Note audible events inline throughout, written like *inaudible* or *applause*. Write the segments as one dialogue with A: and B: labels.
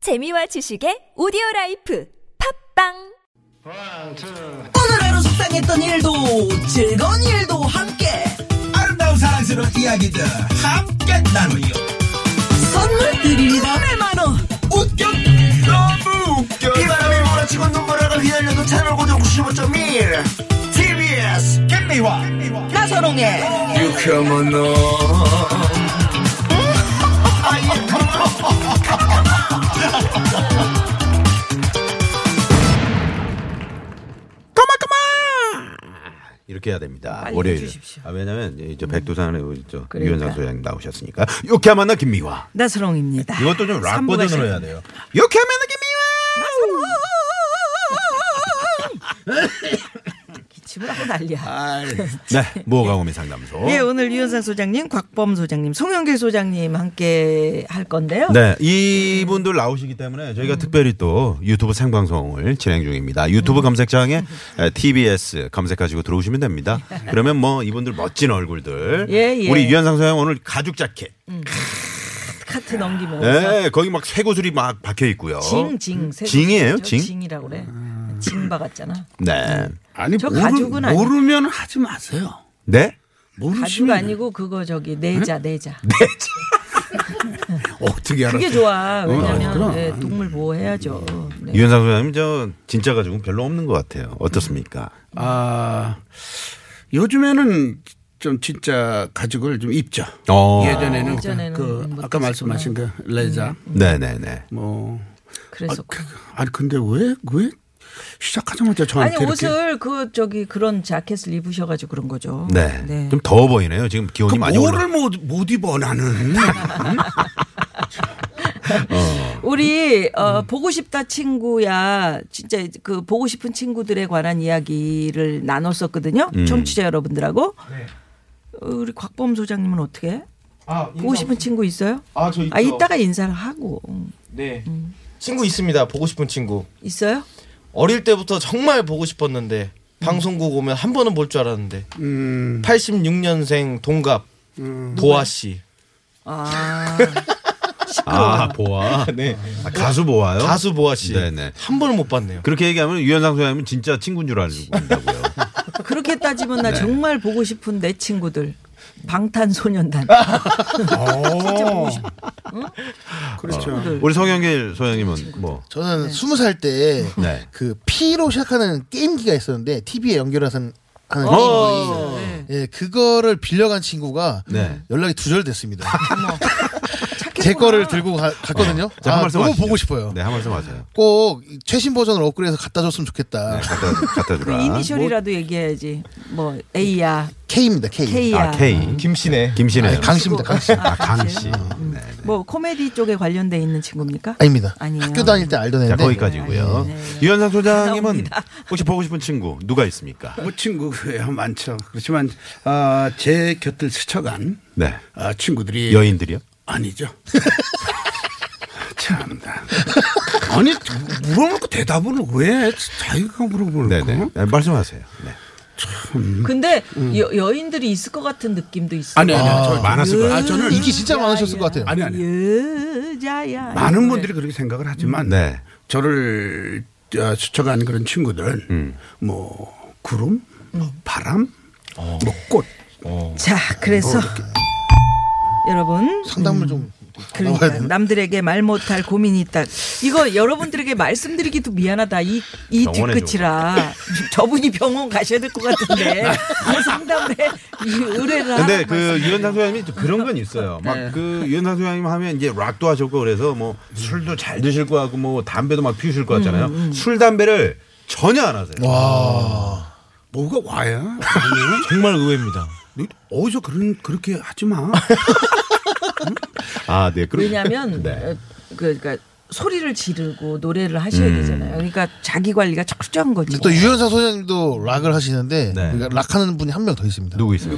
A: 재미와 지식의 오디오 라이프 팝빵
B: 오늘 하루 속상했던 일도 즐거운 일도 함께
C: 아름다운 사랑스러운 이야기들 함께 나누요
B: 선물 드립니다 100만원
C: 웃겨 너무 웃겨
D: 바람이 몰아치고 눈물을 휘날려도 채널 고정 95.1 TBS
C: 김미화
B: 나선홍의
D: 유쾌한 너
E: 이렇게 해야 됩니다.
B: 빨리
E: 월요일.
B: 해주십시오.
E: 아, 왜냐면 이제 백두산의 우리 저
B: 그러니까.
E: 유현상 소장 나오셨으니까 유쾌한 만나 김미화.
B: 나선홍입니다 *laughs*
E: 이것도 좀 락
B: 삼부가
E: 버전으로 해야 돼요. 유쾌한 만나 김미화.
B: 기침을 하고 난리야
E: 네, 무허가 고민 상담소.
B: 아, 예 오늘 유현상 소장님 곽범 소장님 송영길 소장님 함께 할 건데요
E: 네, 이분들 나오시기 때문에
B: 음.
E: 저희가 특별히 또 유튜브 생방송을 진행 중입니다. 유튜브
B: 음.
E: 검색창에 에, TBS 검색하시고 들어오시면 됩니다. 그러면 뭐 이분들 멋진 얼굴들.
B: 네. 예, 음. 예.
E: 우리 유현상 소장 오늘 가죽 자켓.
B: 카트 넘기면서
E: 네, 거기 막 쇠고슬이 막 박혀 있고요.
B: 징징 세-
E: 징이에요, 징.
B: 징이라고 그래 징 박았잖아
E: 네.
D: 아니
B: 저
D: 모르,
B: 가죽은 아니야.
D: 모르면 하지 마세요
E: 네?
B: 가죽
D: 모르시면
B: 아니고 그거 저기 내자 내자
D: 어떻게 알아
B: 그게 좋아 왜냐면
D: 그럼.
B: 예, 동물 보호해야죠 네.
E: *laughs* 유현상 소장님 저 진짜 가지고 별로 없는 것 같아요. 어떻습니까?
D: 아 요즘에는 좀 진짜 가죽을 좀 입죠
E: 어.
D: 예전에는,
B: 예전에는
D: 그
B: 못 음.
D: 아까 말씀하신 그 레자
E: 네네네.
D: 뭐
B: 그래서
D: 아니 근데 왜 왜 시작하자마자 저한테
B: 아니
D: 이렇게
B: 옷을 그 저기 그런 자켓을 입으셔가지고 그런 거죠.
E: 네. 좀 더워 보이네요. 지금 기온이
D: 그
E: 많이 올라.
D: 뭐를 못, 못 입어 나는
B: 아, 우리 어, 보고 싶다 친구야 진짜 그 보고 싶은 친구들에 관한 이야기를 나눴었거든요.
F: 음.
B: 청취자 여러분들하고
G: 네.
B: 어, 우리 곽범 소장님은 어떻게? 해?
G: 아,
B: 보고 싶은 친구 있어요?
G: 아, 저 있죠.
B: 아 이따가 인사를 하고
G: 네. 친구 있습니다. 보고 싶은 친구.
B: 있어요?
G: 어릴 때부터 정말 보고 싶었는데 방송국 오면 한 번은 볼 줄 알았는데 86년생 동갑 보아 씨
B: 아
E: 아
F: *laughs*
E: 보아.
G: 네.
E: 아, 가수 보아요.
G: 가수 보아 씨 한
E: 네네.
G: 번을 못 봤네요.
E: 그렇게 얘기하면 유현상 소장님은 진짜 친구인 줄 알고 있다고요.
F: *laughs*
B: 그렇게 따지면
F: 네.
B: 나 정말 보고 싶은 내 친구들 방탄소년단
F: 아,
B: 진짜 보고 싶
D: 그렇죠
E: 우리 성영길 소장님은 뭐?
B: 네.
F: 저는 스무 살 때 그
E: 네.
F: P로 시작하는 게임기가 있었는데 TV에 연결해서 하는
E: 어.
B: 네.
F: 게임기. 예, 그거를 빌려간 친구가
E: 네.
F: 연락이
B: 아,
F: 두절됐습니다. 제
B: 뭐
F: 거를 들고 가, 갔거든요.
E: 네. 자, 한
F: 아,
E: 말씀
F: 너무
E: 하시죠.
F: 보고 싶어요.
E: 네, 한 말씀 하세요.
F: 꼭이 최신 버전을 업그레이드해서 갖다 줬으면
E: 네,
F: 좋겠다.
E: 갖다 갖다
B: 그
E: 주라. 뭐,
B: 이니셜이라도 얘기해야지. 뭐 A야,
F: K입니다. 아, K.
B: K야.
E: 아, K.
G: 김씨네.
E: 김신혜.
F: 아니, 강씨입니다.
B: 어.
F: 강씨.
E: 아,
B: 그렇죠.
E: 강 씨. 네.
B: 뭐 코미디 쪽에 관련돼 있는 친구입니까?
F: 아닙니다.
B: 아니에요.
F: 학교 다닐 때 알던
E: 자,
F: 애인데 아,
E: 거기까지고요.
F: 네.
E: 유현상 소장님은 혹시 보고 싶은 친구 누가 있습니까?
D: 뭐 친구예요 많죠. 그렇지만 아, 제 곁을 스쳐간
E: 네.
D: 아, 친구들이
E: 여인들이요?
D: 아니죠. *laughs* 참다. 아니 물어보고 대답을 왜 자기가 물어보는
E: 네네.
D: 거?
E: 네, 말씀하세요. 네.
B: 근데 여, 여인들이 있을 것 같은 느낌도 있어.
D: 아니 아니 저
E: 많았을 거예요.
D: 아, 저는
F: 인기 진짜 많으셨을 것
B: 음.
F: 같아요.
D: 아니
B: 예.
D: 아니
B: 여자야.
D: 많은 분들이 그렇게 생각을 하지만
E: 네.
D: 저를 어, 스쳐간 그런 친구들
E: 음.
D: 뭐 구름, 뭐 바람, 뭐 꽃.
B: 자, 그래서 여러분
F: 상담을 좀
B: 그러니까 남들에게 말 못할 고민이 있다. 이거 여러분들에게 말씀드리기도 미안하다. 이, 이
E: 병원에
B: 뒤끝이라 저분이 병원 가셔야 될 것 같은데 뭐 상담을 해 이 의뢰를 하라고
E: 근데 그
B: 말씀드려요.
E: 유현상 소장님이 또 그런 건 있어요.
B: 네.
E: 막 그 유현상 소장님 하면 이제 락도 하셨고 그래서 뭐 술도 잘 드실 것 같고 뭐 담배도 막 피우실 것 같잖아요.
B: 음,
E: 술 담배를 전혀 안 하세요.
D: 뭐가 와야 아니,
G: 정말 의외입니다.
D: 너 어디서 그런 그렇게 하지 마.
E: 아, 네. 그럼-
B: 왜냐하면
E: 네.
B: 그, 그러니까 소리를 지르고 노래를 하셔야 되잖아요. 그러니까 자기 관리가 철저한 거지.
F: 근데 또 유현상 소장님도 락을 하시는데
E: 네.
F: 그러니까 락하는 분이 한 명 더 있습니다.
E: 누구 있어요?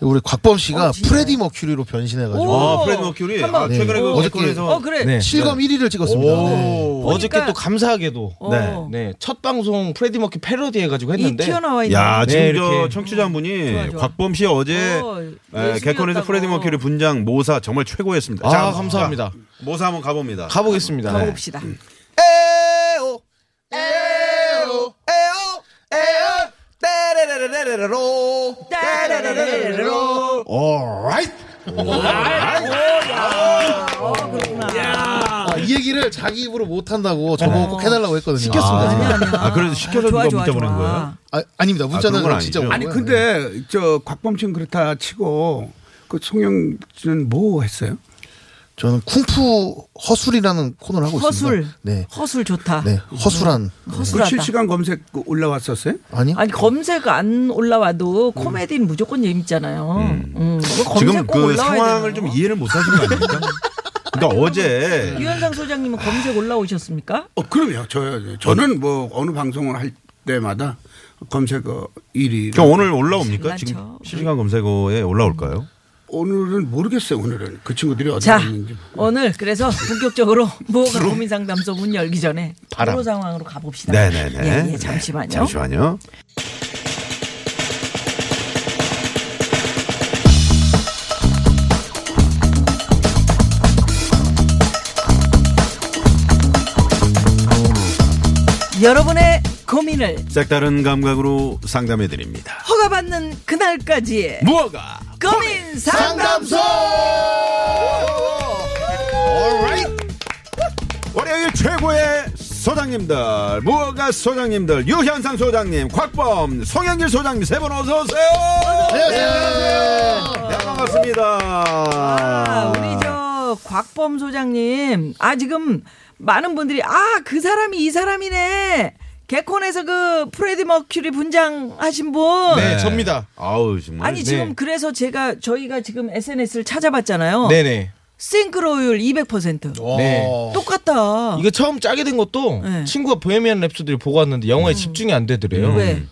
F: 우리 곽범 씨가
B: 어, 진짜요?
F: 프레디 머큐리로 변신해가지고
E: 아, 프레드 머큐리.
B: 어, 한번.
E: 아, 최근에 그
F: 네.
E: 어제에서
B: 어 그래.
G: 네.
F: 실검 1위를 찍었습니다. 네.
E: 오.
B: 보니까-
G: 어저께 또 감사하게도
B: 어.
E: 네.
G: 네. 첫 방송 프레디 머큐 패러디 해 가지고
B: 이
G: 했는데
B: 튀어나와 있는.
E: 야,
G: 네,
E: 지금 저
G: 이렇게.
E: 청취자분이
B: 좋아, 좋아.
E: 곽범 씨 어제
B: 어,
E: 에,
B: 예술이었다고.
E: 개콘에서 프레디 머큐리 분장 모사 정말 최고였습니다.
G: 아,
E: 자,
G: 감사합니다.
E: 자, 모사 한번 가봅니다.
G: 가보겠습니다. 네.
B: 가봅시다.
G: 에오 에오 에오 에오 따라라라라라로
B: 네,
G: 네, 따라라라라라로
F: 오라이트. 아, 이 얘기를 자기 입으로 못 한다고 저보고
E: 네.
F: 꼭 해달라고 했거든요.
E: 아,
F: 아,
E: 아, 그래서 시켜서 누가
B: 좋아,
E: 문자
B: 좋아,
E: 보낸
B: 좋아.
E: 거예요?
F: 아, 아닙니다. 문자는
E: 그런 건
F: 진짜
E: 아니죠.
F: 온
D: 아니
F: 거예요. 네.
D: 근데 저 곽범칙 그렇다 치고 그 송영 씨는 뭐 했어요?
F: 저는 쿵푸 허술이라는 코너를 하고
B: 허술.
F: 있습니다. 네.
B: 허술 좋다.
F: 네. 허술한
D: 그
B: 허술하다.
D: 실시간 검색 그 올라왔었어요?
F: 아니요.
B: 아니 검색 안 올라와도 코미디는 무조건 재밌잖아요. 음. 그거 검색
E: 지금
B: 꼭
E: 그
B: 올라와야
E: 상황을 좀
B: 되나?
E: 이해를 못 하신 거 아닙니까? 그러니까 어제
B: 유현상 소장님은 검색 올라오셨습니까?
D: 어, 그럼요. 저, 저는 뭐 어느 방송을 할 때마다 검색어 뭐 1위.
E: 그러니까 오늘 올라옵니까?
B: 장난쳐.
E: 지금 실시간 검색어에 올라올까요?
D: 오늘은 모르겠어요. 오늘은 그 친구들이 어디
B: 자
D: 있는지.
B: 오늘 그래서 본격적으로 무허가 고민 상담소 문 열기 전에
G: 바람.
B: 바로 상황으로 가봅시다.
E: 네네네.
B: 예, 예, 잠시만요.
E: 잠시만요.
B: 여러분의 고민을
E: 색다른 감각으로 상담해 드립니다.
B: 허가받는 그날까지
E: 무허가
B: 고민 상담소.
E: 월요일 최고의 소장님들 무허가 소장님들 유현상 소장님 곽범 송영길 소장님 세 분 어서 오세요.
F: 안녕하세요.
E: 네, 반갑습니다.
B: 아, 우리 저 곽범 소장님. 아, 지금 많은 분들이 아, 그 사람이 이 사람이네. 개콘에서 그 프레디 머큐리 분장 하신 분.
G: 네, 접니다.
E: 아우 정말.
B: 아니 지금
G: 네.
B: 그래서 제가 저희가 지금 SNS를 찾아봤잖아요.
G: 네네.
B: 싱크로율 200%.
G: 네.
B: 똑같다.
G: 이거 처음 짜게 된 것도
B: 네.
G: 친구가 보헤미안 랩소디를 보고 왔는데 영화에 집중이 안 되더래요.
B: 왜?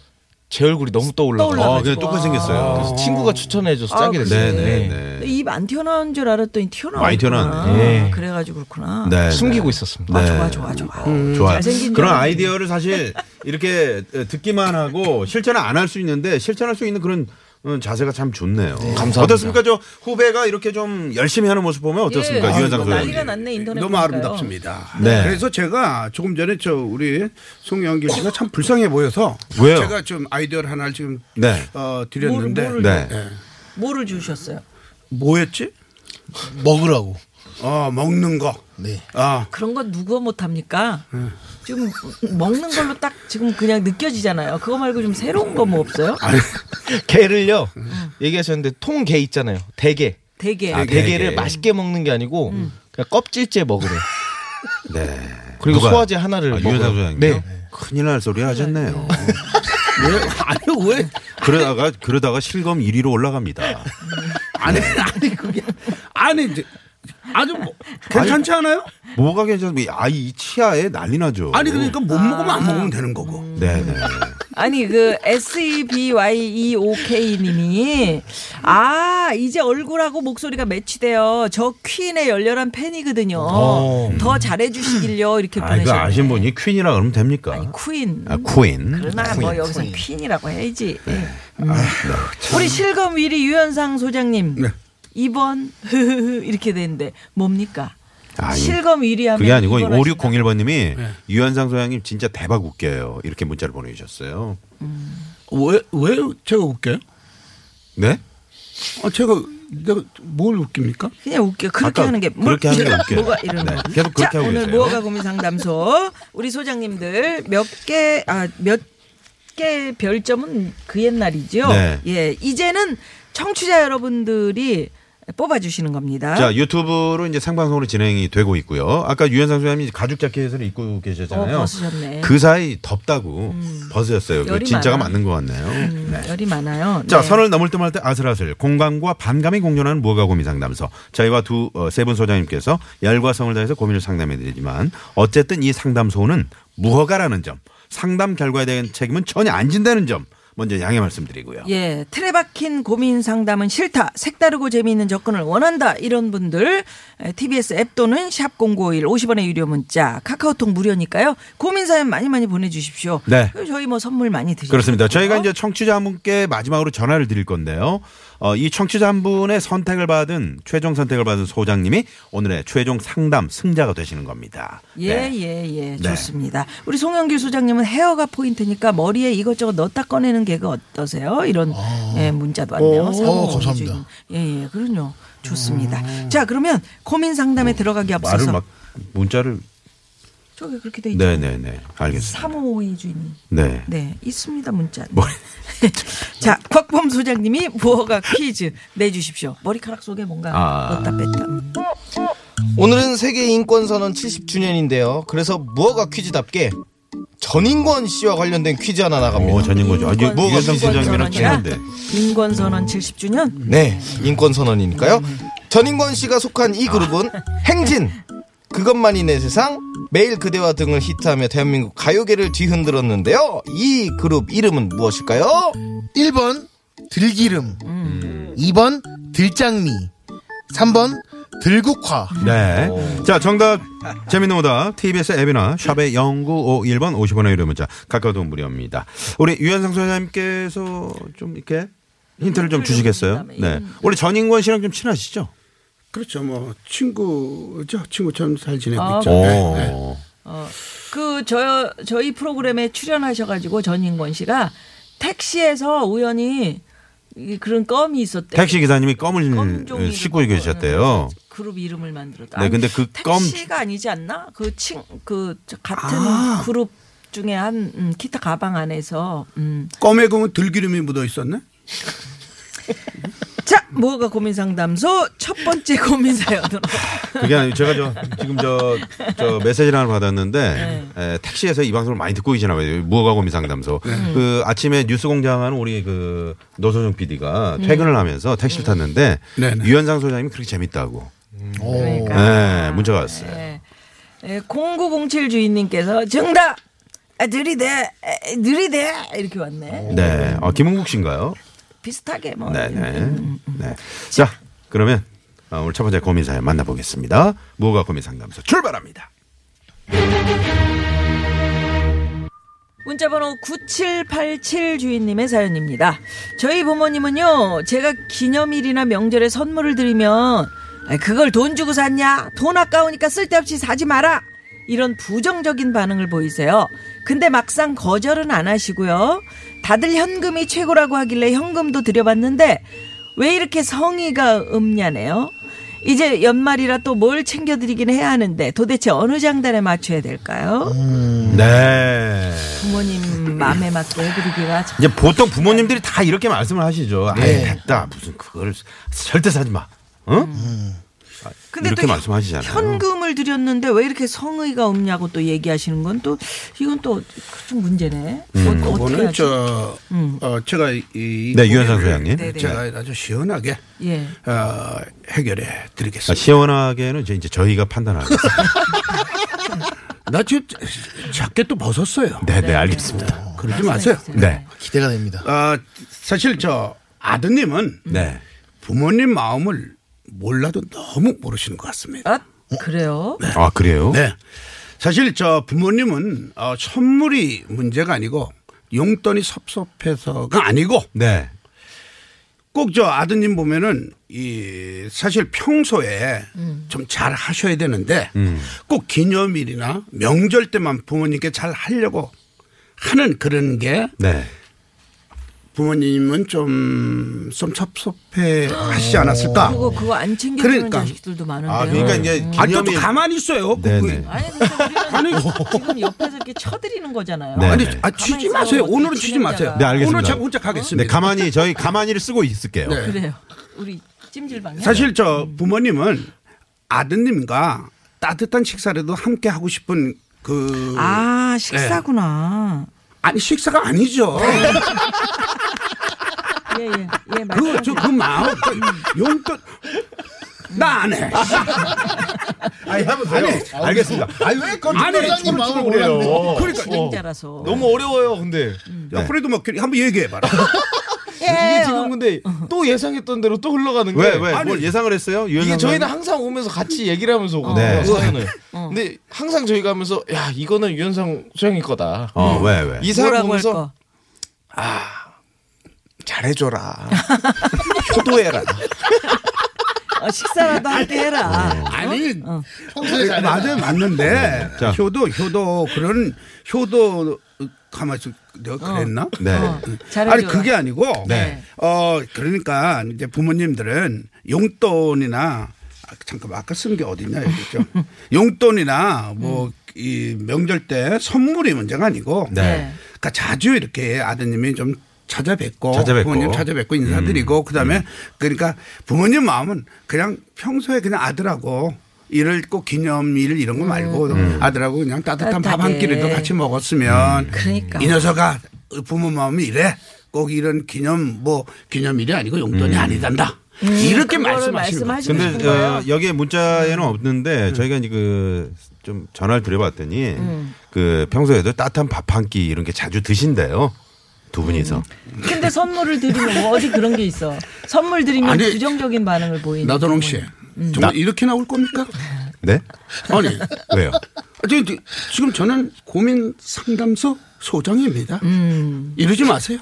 G: 제 얼굴이 너무
E: 아,
G: 떠올라서
E: 그냥 똑같이 생겼어요.
G: 그래서 친구가 추천해줘서
B: 아,
G: 짜게 됐어요.
E: 아. 네네네.
B: 입 안 튀어나온 줄 알았더니 튀어나왔구나.
E: 많이 튀어나왔네.
B: 아, 그래가지고 그렇구나.
E: 네, 네.
G: 숨기고 있었습니다.
E: 네.
B: 좋아 좋아 좋아.
E: 좋아요.
B: 음. 잘생긴
E: 그런
B: 줄
E: 아이디어를 사실 이렇게 듣기만 하고 실천을 안 할 수 있는데 실천할 수 있는 그런 음, 자세가 참 좋네요.
G: 감사합니다.
E: 어떻습니까? 저 후배가 이렇게 좀 열심히 하는 모습 보면 어떻습니까?
B: 예.
E: 유현상
B: 아이고,
E: 소장님.
B: 난리가 났네 인터넷.
D: 너무
B: 보니까요.
D: 아름답습니다.
E: 네.
D: 그래서 제가 조금 전에 저 우리 송영길 씨가 참 불쌍해 보여서
E: 왜요?
D: 제가 좀 아이디어를 하나를 지금
E: 네.
D: 어, 드렸는데
B: 뭘, 뭘
E: 네.
D: 예.
B: 뭐를 주셨어요?
D: 뭐였지?
F: 먹으라고.
D: 어, 먹는 거.
F: 네.
D: 아,
B: 그런 건 누가 못 합니까?
E: 네.
B: 지금 먹는 걸로 딱 지금 그냥 느껴지잖아요. 그거 말고 좀 새로운 거 뭐 없어요?
E: 아, 네.
G: *laughs* 게를요 얘기하셨는데 통게 있잖아요. 대게.
B: 되게
E: 아, 대게.
G: 대게를 맛있게 먹는 게 아니고 그냥 껍질째 먹으래.
E: 네.
G: 그리고
E: 누가요?
G: 소화제 하나를
E: 아,
G: 먹어요.
E: 유현상 소장님.
G: 네.
E: *laughs* 네. 큰일 날 소리 하셨네요.
D: 왜? 아니, 왜?
E: 그러다가 그러다가 실검 1위로 올라갑니다.
D: 아니, *laughs* 아니, 그게. 아니, 이제 아주 뭐, 괜찮지 않아요?
E: 뭐가 괜찮습니까? 아이 치아에 난리 나죠.
D: 아니, 그러니까 못 먹으면 안 먹으면 되는 거고.
E: 네, 네.
B: 아니 그 S E B Y E O K 님이 아 이제 얼굴하고 목소리가 매치돼요. 저 퀸의 열렬한 팬이거든요.
G: 어.
B: 더 잘해주시길요 이렇게
E: 아, 이거
B: 보내셨어요.
E: 아신 분이 퀸이라 그러면 됩니까?
B: 퀸.
E: 아, 퀸.
B: 그러나 뭐 여기서 퀸이라고 해야지.
E: 네.
B: 예.
E: 아,
B: 음. 우리 실검 위리 유현상 소장님
D: 네.
B: 2번 *laughs* 흐흐흐 이렇게 되는데 뭡니까?
E: 아, 이-
B: 실검 위리 하면
E: 그게 아니고
B: 이걸 하신다.
E: 5601번님이
B: 네.
E: 유현상 소장님 진짜 대박 웃겨요. 이렇게 문자를 보내주셨어요.
D: 왜, 왜 제가 웃겨요?
E: 네?
D: 아, 제가, 내가 뭘 웃깁니까?
B: 그냥 웃겨 그렇게
E: 아까
B: 하는 게 뭘-
E: 그렇게 하는
B: *laughs*
E: 게 웃겨요.
B: 뭐가 이런
E: 네,
B: 거
E: 계속 그렇게
B: 자,
E: 하고
B: 오늘
E: 계세요.
B: 무허가 고민 상담소 우리 소장님들 몇 개 아 몇 개 별점은 그 옛날이죠.
E: 네.
B: 예 이제는 청취자 여러분들이 뽑아주시는 겁니다.
E: 자 유튜브로 이제 생방송으로 진행이 되고 있고요. 아까 유현상 소장님이 가죽 자켓을 입고 계셨잖아요.
B: 어, 벗으셨네.
E: 그 사이 덥다고 벗으셨어요. 그
B: 열이
E: 진짜가
B: 많아.
E: 맞는 것 같네요.
B: 음,
E: 네.
B: 열이 많아요.
E: 자
B: 네.
E: 선을 넘을 듯말 듯 아슬아슬 공감과 반감이 공존하는 무허가 고민 상담소 저희와 두 어, 세 분 소장님께서 열과 성을 다해서 고민을 상담해드리지만 어쨌든 이 상담소는 무허가라는 점 상담 결과에 대한 책임은 전혀 안 진다는 점 먼저 양해 말씀드리고요.
B: 예, 틀에 박힌 고민 상담은 싫다. 색다르고 재미있는 접근을 원한다. 이런 분들 에, TBS 앱 또는 샵0951 50원의 유료 문자, 카카오톡 무료니까요. 고민 고민 사연 많이 많이 보내주십시오.
E: 네.
B: 그리고 저희 뭐 선물 많이 드리죠.
E: 그렇습니다. 저희가 이제 청취자 한 분께 마지막으로 전화를 드릴 건데요. 어, 이 청취자 한 분의 선택을 받은 최종 선택을 받은 소장님이 오늘의 최종 상담 승자가 되시는 겁니다.
B: 예,
E: 네.
B: 예, 예.
E: 네.
B: 좋습니다. 우리 송영길 소장님은 헤어가 포인트니까 머리에 이것저것 넣다 꺼내는 개그 어떠세요? 이런
E: 아.
B: 예, 문자도 왔네요.
F: 오,
E: 어,
B: 사고
F: 감사합니다.
B: 주인. 예, 예. 그럼요. 좋습니다. 자, 그러면 고민 상담에 들어가기
E: 음. 말을
B: 앞서서
E: 막 문자를
B: 저기 그렇게 돼 있죠.
E: 네네네 알겠습니다.
B: 3552 주인님.
E: 네.
B: 네, 있습니다. 문자.
E: 머리-
B: 자, 곽범 소장님이 무허가 퀴즈 내 주십시오. 머리카락 속에 뭔가
E: 아.
B: 넣었다 뺐다.
G: 오늘은 세계 인권 선언 70주년인데요. 그래서 무허가 퀴즈답게 전인권 씨와 관련된 퀴즈 하나
E: 오
G: 나갑니다.
E: 전인권죠. 아주 뭐
B: 인권-
E: 유현상
B: 인권
E: 소장님이랑
B: 선언이라
E: 친한데.
B: 인권 선언 70주년.
G: 네, 인권 선언이니까요. 전인권 씨가 속한 이 그룹은 행진, 그것만이 내 세상, 매일 그대와 등을 히트하며 대한민국 가요계를 뒤흔들었는데요. 이 그룹 이름은 무엇일까요?
F: 1번 들기름,
E: 음.
F: 2번 들장미, 3번 들국화.
E: 네. 자, 정답. 재밌는 오다. TBS 앱이나 샵의 0951번 50원의 유료 문자. 카카오톡 무료입니다. 우리 유현상 소장님께서 좀 이렇게 힌트를 좀 주시겠어요? 네. 원래 전인권 씨랑 좀 친하시죠?
D: 그렇죠. 뭐 친구죠. 친구처럼 잘 지내고
B: 아,
D: 있죠. 네, 네.
E: 오.
B: 그 저 저희 프로그램에 출연하셔 가지고 전인권 씨가 택시에서 우연히 이 그런 껌이 있었대.
E: 택시 기사님이 껌을
B: 껌종이를 네,
E: 씻고 계셨대요.
B: 그룹 이름을 만들었다.
E: 네,
B: 아니,
E: 근데 그 껌-
B: 택시가 아니지 않나? 그 친 그 같은
E: 아.
B: 그룹 중에 한 음, 기타 가방 안에서 음.
D: 껌에 그러면 들기름이 묻어 있었네.
B: 자, 뭐가 고민 상담소 첫 번째 *laughs* 고민 사연으로.
E: 그게 아니고 제가 저 지금 저, 저 메시지를 하나
B: 네.
E: 받았는데 에, 택시에서 이 방송을 많이 듣고 계시나 봐요. 무허가고 미상담소.
B: 네.
E: 그 아침에 뉴스 공장하는 우리 그 노소정 PD가
B: 음.
E: 퇴근을 하면서 택시를 탔는데
D: 네네.
E: 유현상 소장님이 그렇게 재밌다고
B: 그러니까.
E: 예, 문자가 왔어요.
B: 예. 예, 0907 주인님께서 정답! 아, 느리대! 에, 느리대! 이렇게 왔네.
E: 네. 어, 김은국 씨인가요?
B: 비슷하게 뭐.
E: 네네.
B: 음.
E: 네. 자, 그러면 어, 오늘 첫 번째 고민 사연 만나보겠습니다. 무허가 고민 상담소 출발합니다.
B: 문자번호 9787 주인님의 사연입니다. 저희 부모님은요, 제가 기념일이나 명절에 선물을 드리면, "아이, 그걸 돈 주고 샀냐? 돈 아까우니까 쓸데없이 사지 마라! 이런 부정적인 반응을 보이세요. 근데 막상 거절은 안 하시고요. 다들 현금이 최고라고 하길래 현금도 드려봤는데, 왜 이렇게 성의가 없냐네요? 이제 연말이라 또 뭘 챙겨드리긴 해야 하는데, 도대체 어느 장단에 맞춰야 될까요?
D: 음.
E: 네.
B: 부모님 마음에 맞게 해드리기가 참
E: 이제 보통 부모님들이 다 이렇게 말씀을 하시죠. 아이 됐다 무슨 그걸 절대 사지 마. 응? 이렇게
B: 현-
E: 말씀하시잖아요.
B: 현금을 드렸는데 왜 이렇게 성의가 없냐고 또 얘기하시는 건 또 이건 또 좀 문제네.
E: 음.
B: 어, 어떻게
D: 그거는
B: 하지?
D: 저 어, 제가 이, 이
E: 네, 유현상
D: 고민을
E: 소장님.
B: 네네.
D: 제가 아주 시원하게
B: 예.
D: 어, 해결해 드리겠습니다.
E: 아, 시원하게는 이제 이제 저희가 판단하겠습니다.
D: 나 지금 자켓도 벗었어요.
E: 네, 네, 알겠습니다.
D: 그러지 마세요.
E: 네.
F: 기대가 됩니다.
D: 아, 사실 저 아드님은
E: 네.
D: 부모님 마음을 몰라도 너무 모르시는 것 같습니다.
B: 아 그래요?
E: 아, 그래요?
D: 어? 네. 사실 저 부모님은 어, 선물이 문제가 아니고 용돈이 섭섭해서가 아니고
E: 네.
D: 꼭 저 아드님 보면은 이 사실 평소에
B: 음.
D: 좀 잘 하셔야 되는데
E: 음.
D: 꼭 기념일이나 명절 때만 부모님께 잘 하려고 하는 그런 게
E: 네.
D: 부모님은 좀, 좀 섭섭해 하시지 않았을까.
B: 어. 그거 그거 안 챙겨주는
D: 그러니까.
B: 자식들도 많은데요.
E: 이제
D: 아니, 그러니까 또 가만히 있어요. 그-
E: 네네.
D: 그-
B: 아니 근데
D: *laughs*
B: 우리는 지금 옆에서 이렇게 쳐드리는 거잖아요.
E: 네.
D: 아니,
E: 네네.
D: 아,
B: 가만히
D: 치지 마세요.
B: 있어요.
D: 오늘은 치지 마세요.
B: 네,
E: 알겠습니다.
D: 오늘 제가 혼자
E: 네,
D: 가겠습니다.
E: 가만히 저희 가만히를 쓰고 있을게요.
D: 네.
B: 그래요. 우리 찜질방에
D: 사실 저 부모님은 아드님과 따뜻한 식사라도 함께 하고 싶은 그.
B: 아 식사구나.
D: 아니, 식사가
B: *laughs*
D: 아니죠.
B: 예예 예. 예,
D: 그, 저, 그 마음, 그 용돈. 나 안 해.
E: 아. 아니, 해보세요. 알겠습니다.
F: 아니 왜 그걸
D: 아니,
F: 소장님 마음을 그러니까
E: 그래요.
G: 어.
F: 몰랐는데.
B: 진행자라서
G: 너무 어려워요, 근데.
D: 야, 프레드 머큐리 한번 얘기해봐라.
B: 예,
G: 이게
F: 네.
B: 어,
G: 지금 근데 또 예상했던 대로 또 흘러가는 게
E: 왜, 왜? 뭘 예상을 했어요?
G: 이게 저희는 항상 오면서 같이 얘기를 하면서
E: 네.
G: 오거든요.
B: *laughs*
G: 사연을.
B: 어.
G: 근데 항상 저희가 하면서 야 이거는 유현상 소영이 거다.
E: 어, 왜, 왜?
G: 이 사연
B: 뭐라고
G: 보면서
B: 할까?
G: 잘해줘라.
E: *laughs*
G: 효도해라.
B: 어, 식사라도 함께
E: 네.
B: 해라.
D: 아니
F: 평소에 잘해.
D: 어? 네, 맞아요 맞는데
E: 자.
D: 효도 효도 그런 효도 가만있어 내가 그랬나? 어.
E: 네.
B: 잘해줘라.
D: 아니 그게 아니고
E: 네.
D: 어 그러니까 이제 부모님들은 용돈이나 아, 잠깐 아까 쓴 게 어딨냐 여기 죠 용돈이나 뭐 이 명절 때 선물이 문제가 아니고
B: 예.
E: 네.
D: 그러니까 자주 이렇게 아드님이 좀 찾아뵙고,
E: 찾아뵙고.
D: 부모님 찾아뵙고 인사드리고 그다음에 그러니까 부모님 마음은 그냥 평소에 그냥 아들하고 일을 꼭 기념일 이런 거 말고 아들하고 그냥 따뜻한 밥
B: 음.
D: 한
B: 따뜻하게.
D: 끼라도 같이 먹었으면
B: 그러니까.
D: 이 녀석아 부모 마음이 이래 꼭 이런 기념 뭐 기념일이 아니고 용돈이 아니단다 이렇게
B: 음, 그거를
D: 말씀하시는 거예요.
B: 말씀하시고 싶은
E: 근데
B: 거예요.
E: 어, 여기에 문자에는
B: 음.
E: 없는데 저희가 이제 그좀 전화를 드려봤더니
B: 음.
E: 그 평소에도 따뜻한 밥 한 끼 이런 게 자주 드신대요. 두 분이서.
B: 근데 선물을 드리면 뭐 어디 그런 게 있어. 선물 드리면
D: 아니,
B: 부정적인 반응을 보이는.
D: 나도롱 씨
B: 음.
D: 정말 이렇게 나올
B: *laughs*
D: 겁니까?
E: 네?
D: 아니
E: 왜요?
D: 아, 저, 저, 지금 저는 고민 상담소 소장입니다. 이러지 마세요.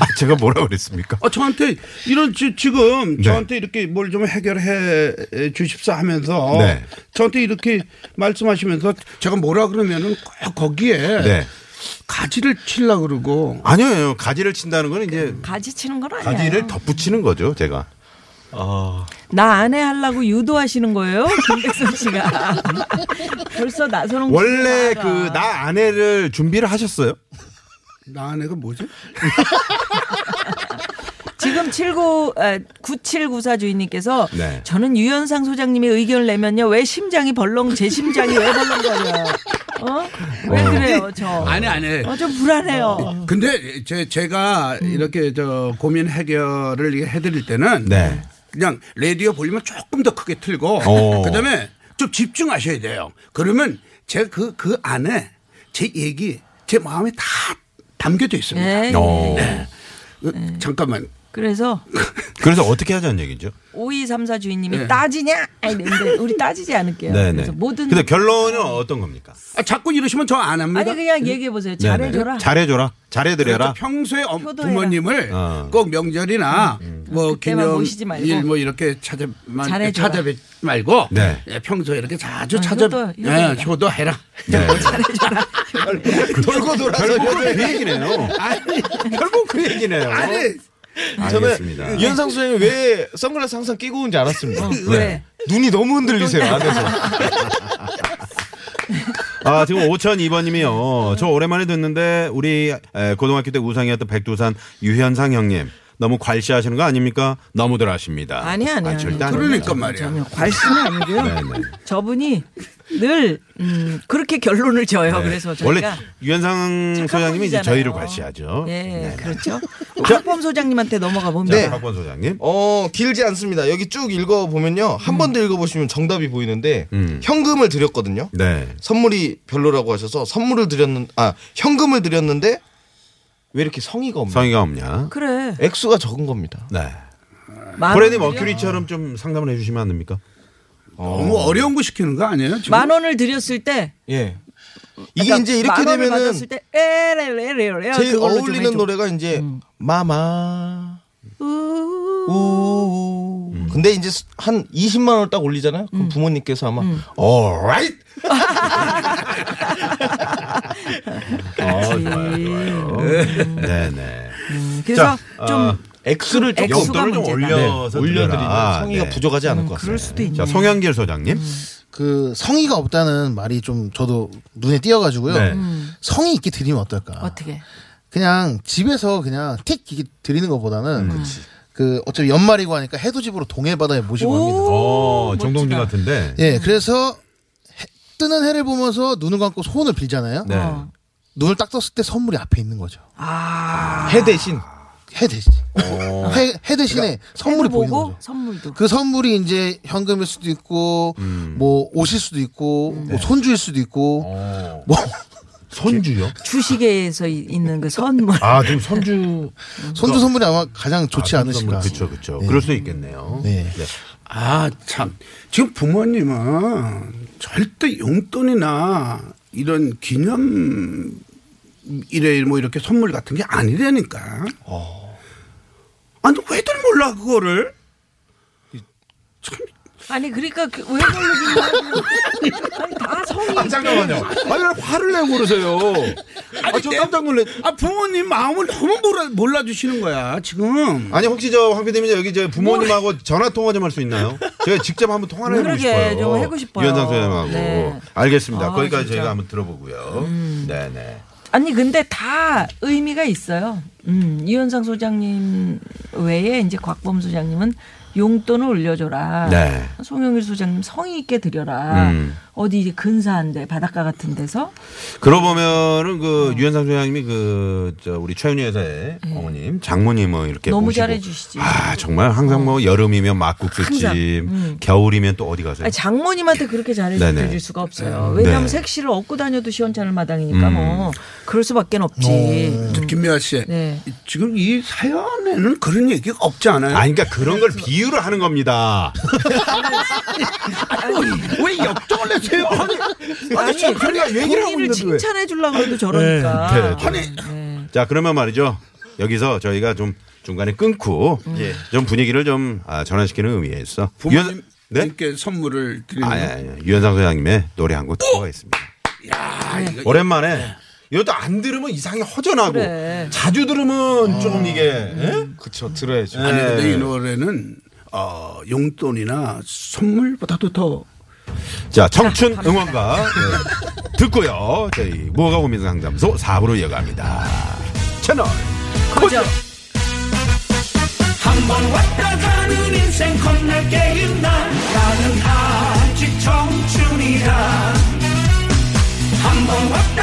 E: 아, 제가 뭐라 그랬습니까?
D: 아, 저한테 이런 지, 금
E: 네.
D: 저한테 이렇게 뭘 좀 해결해 주십사 하면서
E: 네.
D: 저한테 이렇게 말씀하시면서 제가 뭐라 그러면은 꼭 거기에
E: 네.
D: 가지를 칠라 그러고
E: 아니요, 아니요. 가지를 친다는 건 이제
B: 가지 치는 건 아니야.
E: 가지를 덧붙이는 거죠, 제가.
B: 나 아내 하려고 유도하시는 거예요, 김백선 씨가. *laughs* 벌써 나서는
E: 원래 그 나 아내를 준비를 하셨어요?
D: 나 아내가 뭐지?
B: 지금 79 아, 9794 주인님께서
E: 네.
B: 저는 유현상 소장님의 의견을 내면요 왜 심장이 벌렁 제 심장이 왜 벌렁거려? 어? 왜 그래요 저?
D: 아니 아니.
B: 어, 좀 불안해요.
D: 근데 제, 제가 이렇게 저 고민 해결을 이렇게 해드릴 때는
E: 네.
D: 그냥 라디오 볼륨을 조금 더 크게 틀고
E: 오.
D: 그다음에 좀 집중하셔야 돼요. 그러면 제 그 그 안에 제 얘기 제 마음이 다 담겨져 있습니다.
B: 네.
E: 어.
D: 으, 잠깐만
B: 그래서
E: 그래서 어떻게 하자는 얘기죠?
B: 5234 주인님이 따지냐? 아니 근데
E: *laughs*
B: 우리 따지지 않을게요.
E: 네. 네네.
B: 그래서 모든
E: 근데 결론은 어떤 겁니까?
D: 아, 자꾸 이러시면 저 안 합니다.
B: 아니 그냥 얘기해 보세요. 잘해줘라.
E: 네네. 잘해줘라.
D: 그렇죠.
E: 잘해드려라.
D: 평소에 엄-
B: 효도해라. 음,
D: 부모님을
E: 어.
D: 꼭 명절이나 뭐
B: 그때만
D: 기념
B: 모시지 말고.
D: 일 뭐 이렇게 찾아만
B: 잘해줘라.
D: 찾아뵙지 말고
E: 네.
D: 예, 평소에 이렇게 자주
B: 아,
D: 찾아
B: 효도, 효도해라.
D: 예, 효도해라.
E: 네. *laughs*
G: 돌고 돌아서
E: 결국 그 얘기네요.
D: 아니,
E: 결국 그 얘기네요.
D: 아니
E: 알겠습니다.
G: 저는 유현상 소영이 왜 선글라스 항상 끼고 온지
B: 어.
G: 알았습니다.
E: 네.
B: 왜?
G: 네. 눈이 너무 흔들리세요 *laughs* 안에서.
E: 아, 지금 5002번님이요. 저 오랜만에 듣는데 우리 에, 고등학교 때 우상이었던 백두산 유현상 형님 너무 괄시하시는 거 아닙니까? 너무들 하십니다.
B: 아니 아니
E: 아,
B: 아니.
E: 절대 아닙니다. 네,
D: 그러니까 말이야.
B: 전혀 괄신이 아니고요. 저분이 늘 음, 그렇게 결론을 져요. 그래서
E: 네. 원래
B: 저희가
E: 유현상
B: 착한
E: 소장님이 이제
B: 분이잖아요.
E: 저희를 괄시하죠.
B: 예,
E: 네. *laughs*
B: 그렇죠. 박범 소장님한테 넘어가 봅니다.
G: 네.
E: 자, 박권 소장님.
G: 어 길지 않습니다. 여기 쭉 읽어 보면요 한
B: 음.
G: 번 더 읽어 보시면 정답이 보이는데
E: 음.
G: 현금을 드렸거든요.
E: 네.
G: 선물이 별로라고 하셔서 선물을 드렸는 아 현금을 드렸는데 왜 이렇게 성의가 없나?
E: 성의가 없냐?
B: 그래.
G: 액수가 적은
B: 그
G: 겁니다.
E: 네.
B: 만
E: 브레디
B: 원을 드려-
E: 머큐리처럼 좀 상담을 해주시면 안 됩니까?
D: 너무 어려운 거 시키는 거 아니에요? 지금?
B: 만 원을 드렸을 때
G: 예. 이게
B: 그러니까
G: 이제 이렇게
B: 만 원을
G: 되면은
B: 받았을 때 에레레레레
G: 제일 어울리는 노래가 이제
B: 음.
G: 마마 우우
E: 음.
G: 근데 이제 수- 한 20만 원을 딱 올리잖아요.
B: 음.
G: 그럼 부모님께서 아마 alright
E: 어, *laughs* 좋아요, 좋아요. 네네.
B: 음, 그래서
E: 자,
B: 좀
E: 아,
G: 액수를
B: 그
G: 조금
B: 액수가
E: 용돈을 좀
B: 문제다.
E: 네, 올려서
G: 올려드리면
E: 드려라.
G: 성의가
E: 네.
G: 부족하지 않을 것
B: 음, 그럴
G: 같습니다.
B: 수도 있네.
E: 자, 송영길 소장님.
B: 음.
F: 그 성의가 없다는 말이 좀 저도 눈에 띄어가지고요.
E: 네.
F: 성의 있게 드리면 어떨까?
B: 어떻게?
F: 그냥 집에서 그냥 틱 이게 드리는
B: 음.
F: 것보다는 그 어차피 연말이고 하니까 해돋이보러 동해바다에 모시고 갑니다.
E: 어,
B: 멋지다.
E: 정동진 같은데.
F: 예, 그래서 해- 뜨는 해를 보면서 눈을 감고 소원을 빌잖아요.
E: 네.
B: 어.
F: 눈을 딱 떴을 때 선물이 앞에 있는 거죠.
G: 해 대신
F: 해 대신 해, 해 대신에 선물이
B: 그러니까 해도
F: 보이는
B: 보고
F: 거죠.
B: 선물도.
F: 그 선물이 이제 현금일 수도 음.
B: 음.
F: 있고 뭐 *laughs* 옷일 수도 있고 뭐 손주일 수도 있고 뭐
E: 선주요?
B: 주식에서 이- 있는 그 선물.
E: 아 지금 선주
F: 선주 선물이 아마 가장 좋지
E: 아, *laughs*
F: 않으실까.
E: 그렇죠, 그렇죠.
B: 예.
E: 그럴 수 있겠네요.
F: 네.
D: 아, 참. 지금 부모님은 절대 용돈이나 이런 기념 일에 뭐 이렇게 선물 같은 게 아니라니까. 아니, 왜들 몰라, 그거를?
B: *laughs* 아니 그러니까 그- 왜 모르겠냐. 아니 다 성인.
E: 아, 잠깐만요. 아니 왜 화를 내고 그러세요?
D: 아니,
E: 아저
D: 내-
E: 깜짝 놀래.
D: 아, 부모님 마음을 너무 몰라, 몰라주시는 거야, 지금.
E: 아니 혹시 저황 PD님 여기 저 부모님하고 전화 통화 좀 할 수 있나요? 제가 직접 한번 통화를 해보고
B: 그러게,
E: 싶어요.
B: 좀 해보고 싶어요.
E: 위원장 소장님하고
B: 네.
E: 알겠습니다.
B: 아,
E: 거기까지
B: 진짜. 음.
E: 저희가 한번 들어보고요. 네네.
B: 아니 근데 다 의미가 있어요. 음, 이현상 소장님 외에 이제 곽범 소장님은 용돈을 올려줘라.
E: 네.
B: 송영일 소장님 성의 있게 드려라.
E: 음.
B: 어디 이제 근사한데 바닷가 같은 데서
E: 그러고 보면은 그 유현상 소장님이 그 저 우리 최윤희 여사의 어머님 장모님 뭐 이렇게
B: 예. 너무
E: 모시고
B: 잘해주시지. 어.
E: 아 정말 항상 뭐 여름이면 막국수집,
B: 항상. 음.
E: 겨울이면 또 어디 가세요?
F: 네.
B: 아니, 장모님한테 그렇게
E: 네네.
B: 잘해드릴 수가 없어요.
F: 음.
B: 왜냐하면
E: 네.
B: 색시를 얻고 다녀도 시원찮을 마당이니까 뭐 그럴 수밖에 없지.
D: 네.
B: 음.
D: 김미아 씨.
B: 네.
D: 지금 이 사연에는 그런 얘기가 없지 않아요?
E: 아니, 그러니까 그런 걸 비유를 하는 겁니다.
D: 왜 역정을 내세요? 아니,
B: 아니 그러니까
E: 얘기를 하고
B: 본인을
E: 있는데 왜.
B: 칭찬해 주려고 해도 저러니까.
E: 네, 네.
D: 아니,
E: 자, 그러면 말이죠. 여기서 저희가 좀 중간에 끊고 좀 분위기를 좀 아, 전환시키는 의미에서 유연- 네?
D: 부모님께 선물을 드리는.
E: 아, 아니, 아니, 유현상 소장님의 노래 한 곡 듣고 가겠습니다.
D: 야, 이거
E: 오랜만에 예. 이것도 안 들으면 이상이 허전하고
B: 그래.
E: 자주 들으면 좀 이게 예?
G: 그쵸 들어야죠.
D: 아니 근데
E: 네.
D: 이 노래는 어, 용돈이나 선물보다도 더
E: 자 청춘 응원가 예. 듣고요 저희 무허가 고민 상담소 4부로 이어갑니다 채널
B: 그죠?
C: 한번 왔다 가는 인생 겁날 게임다 나는 아직 청춘이다 한번 왔다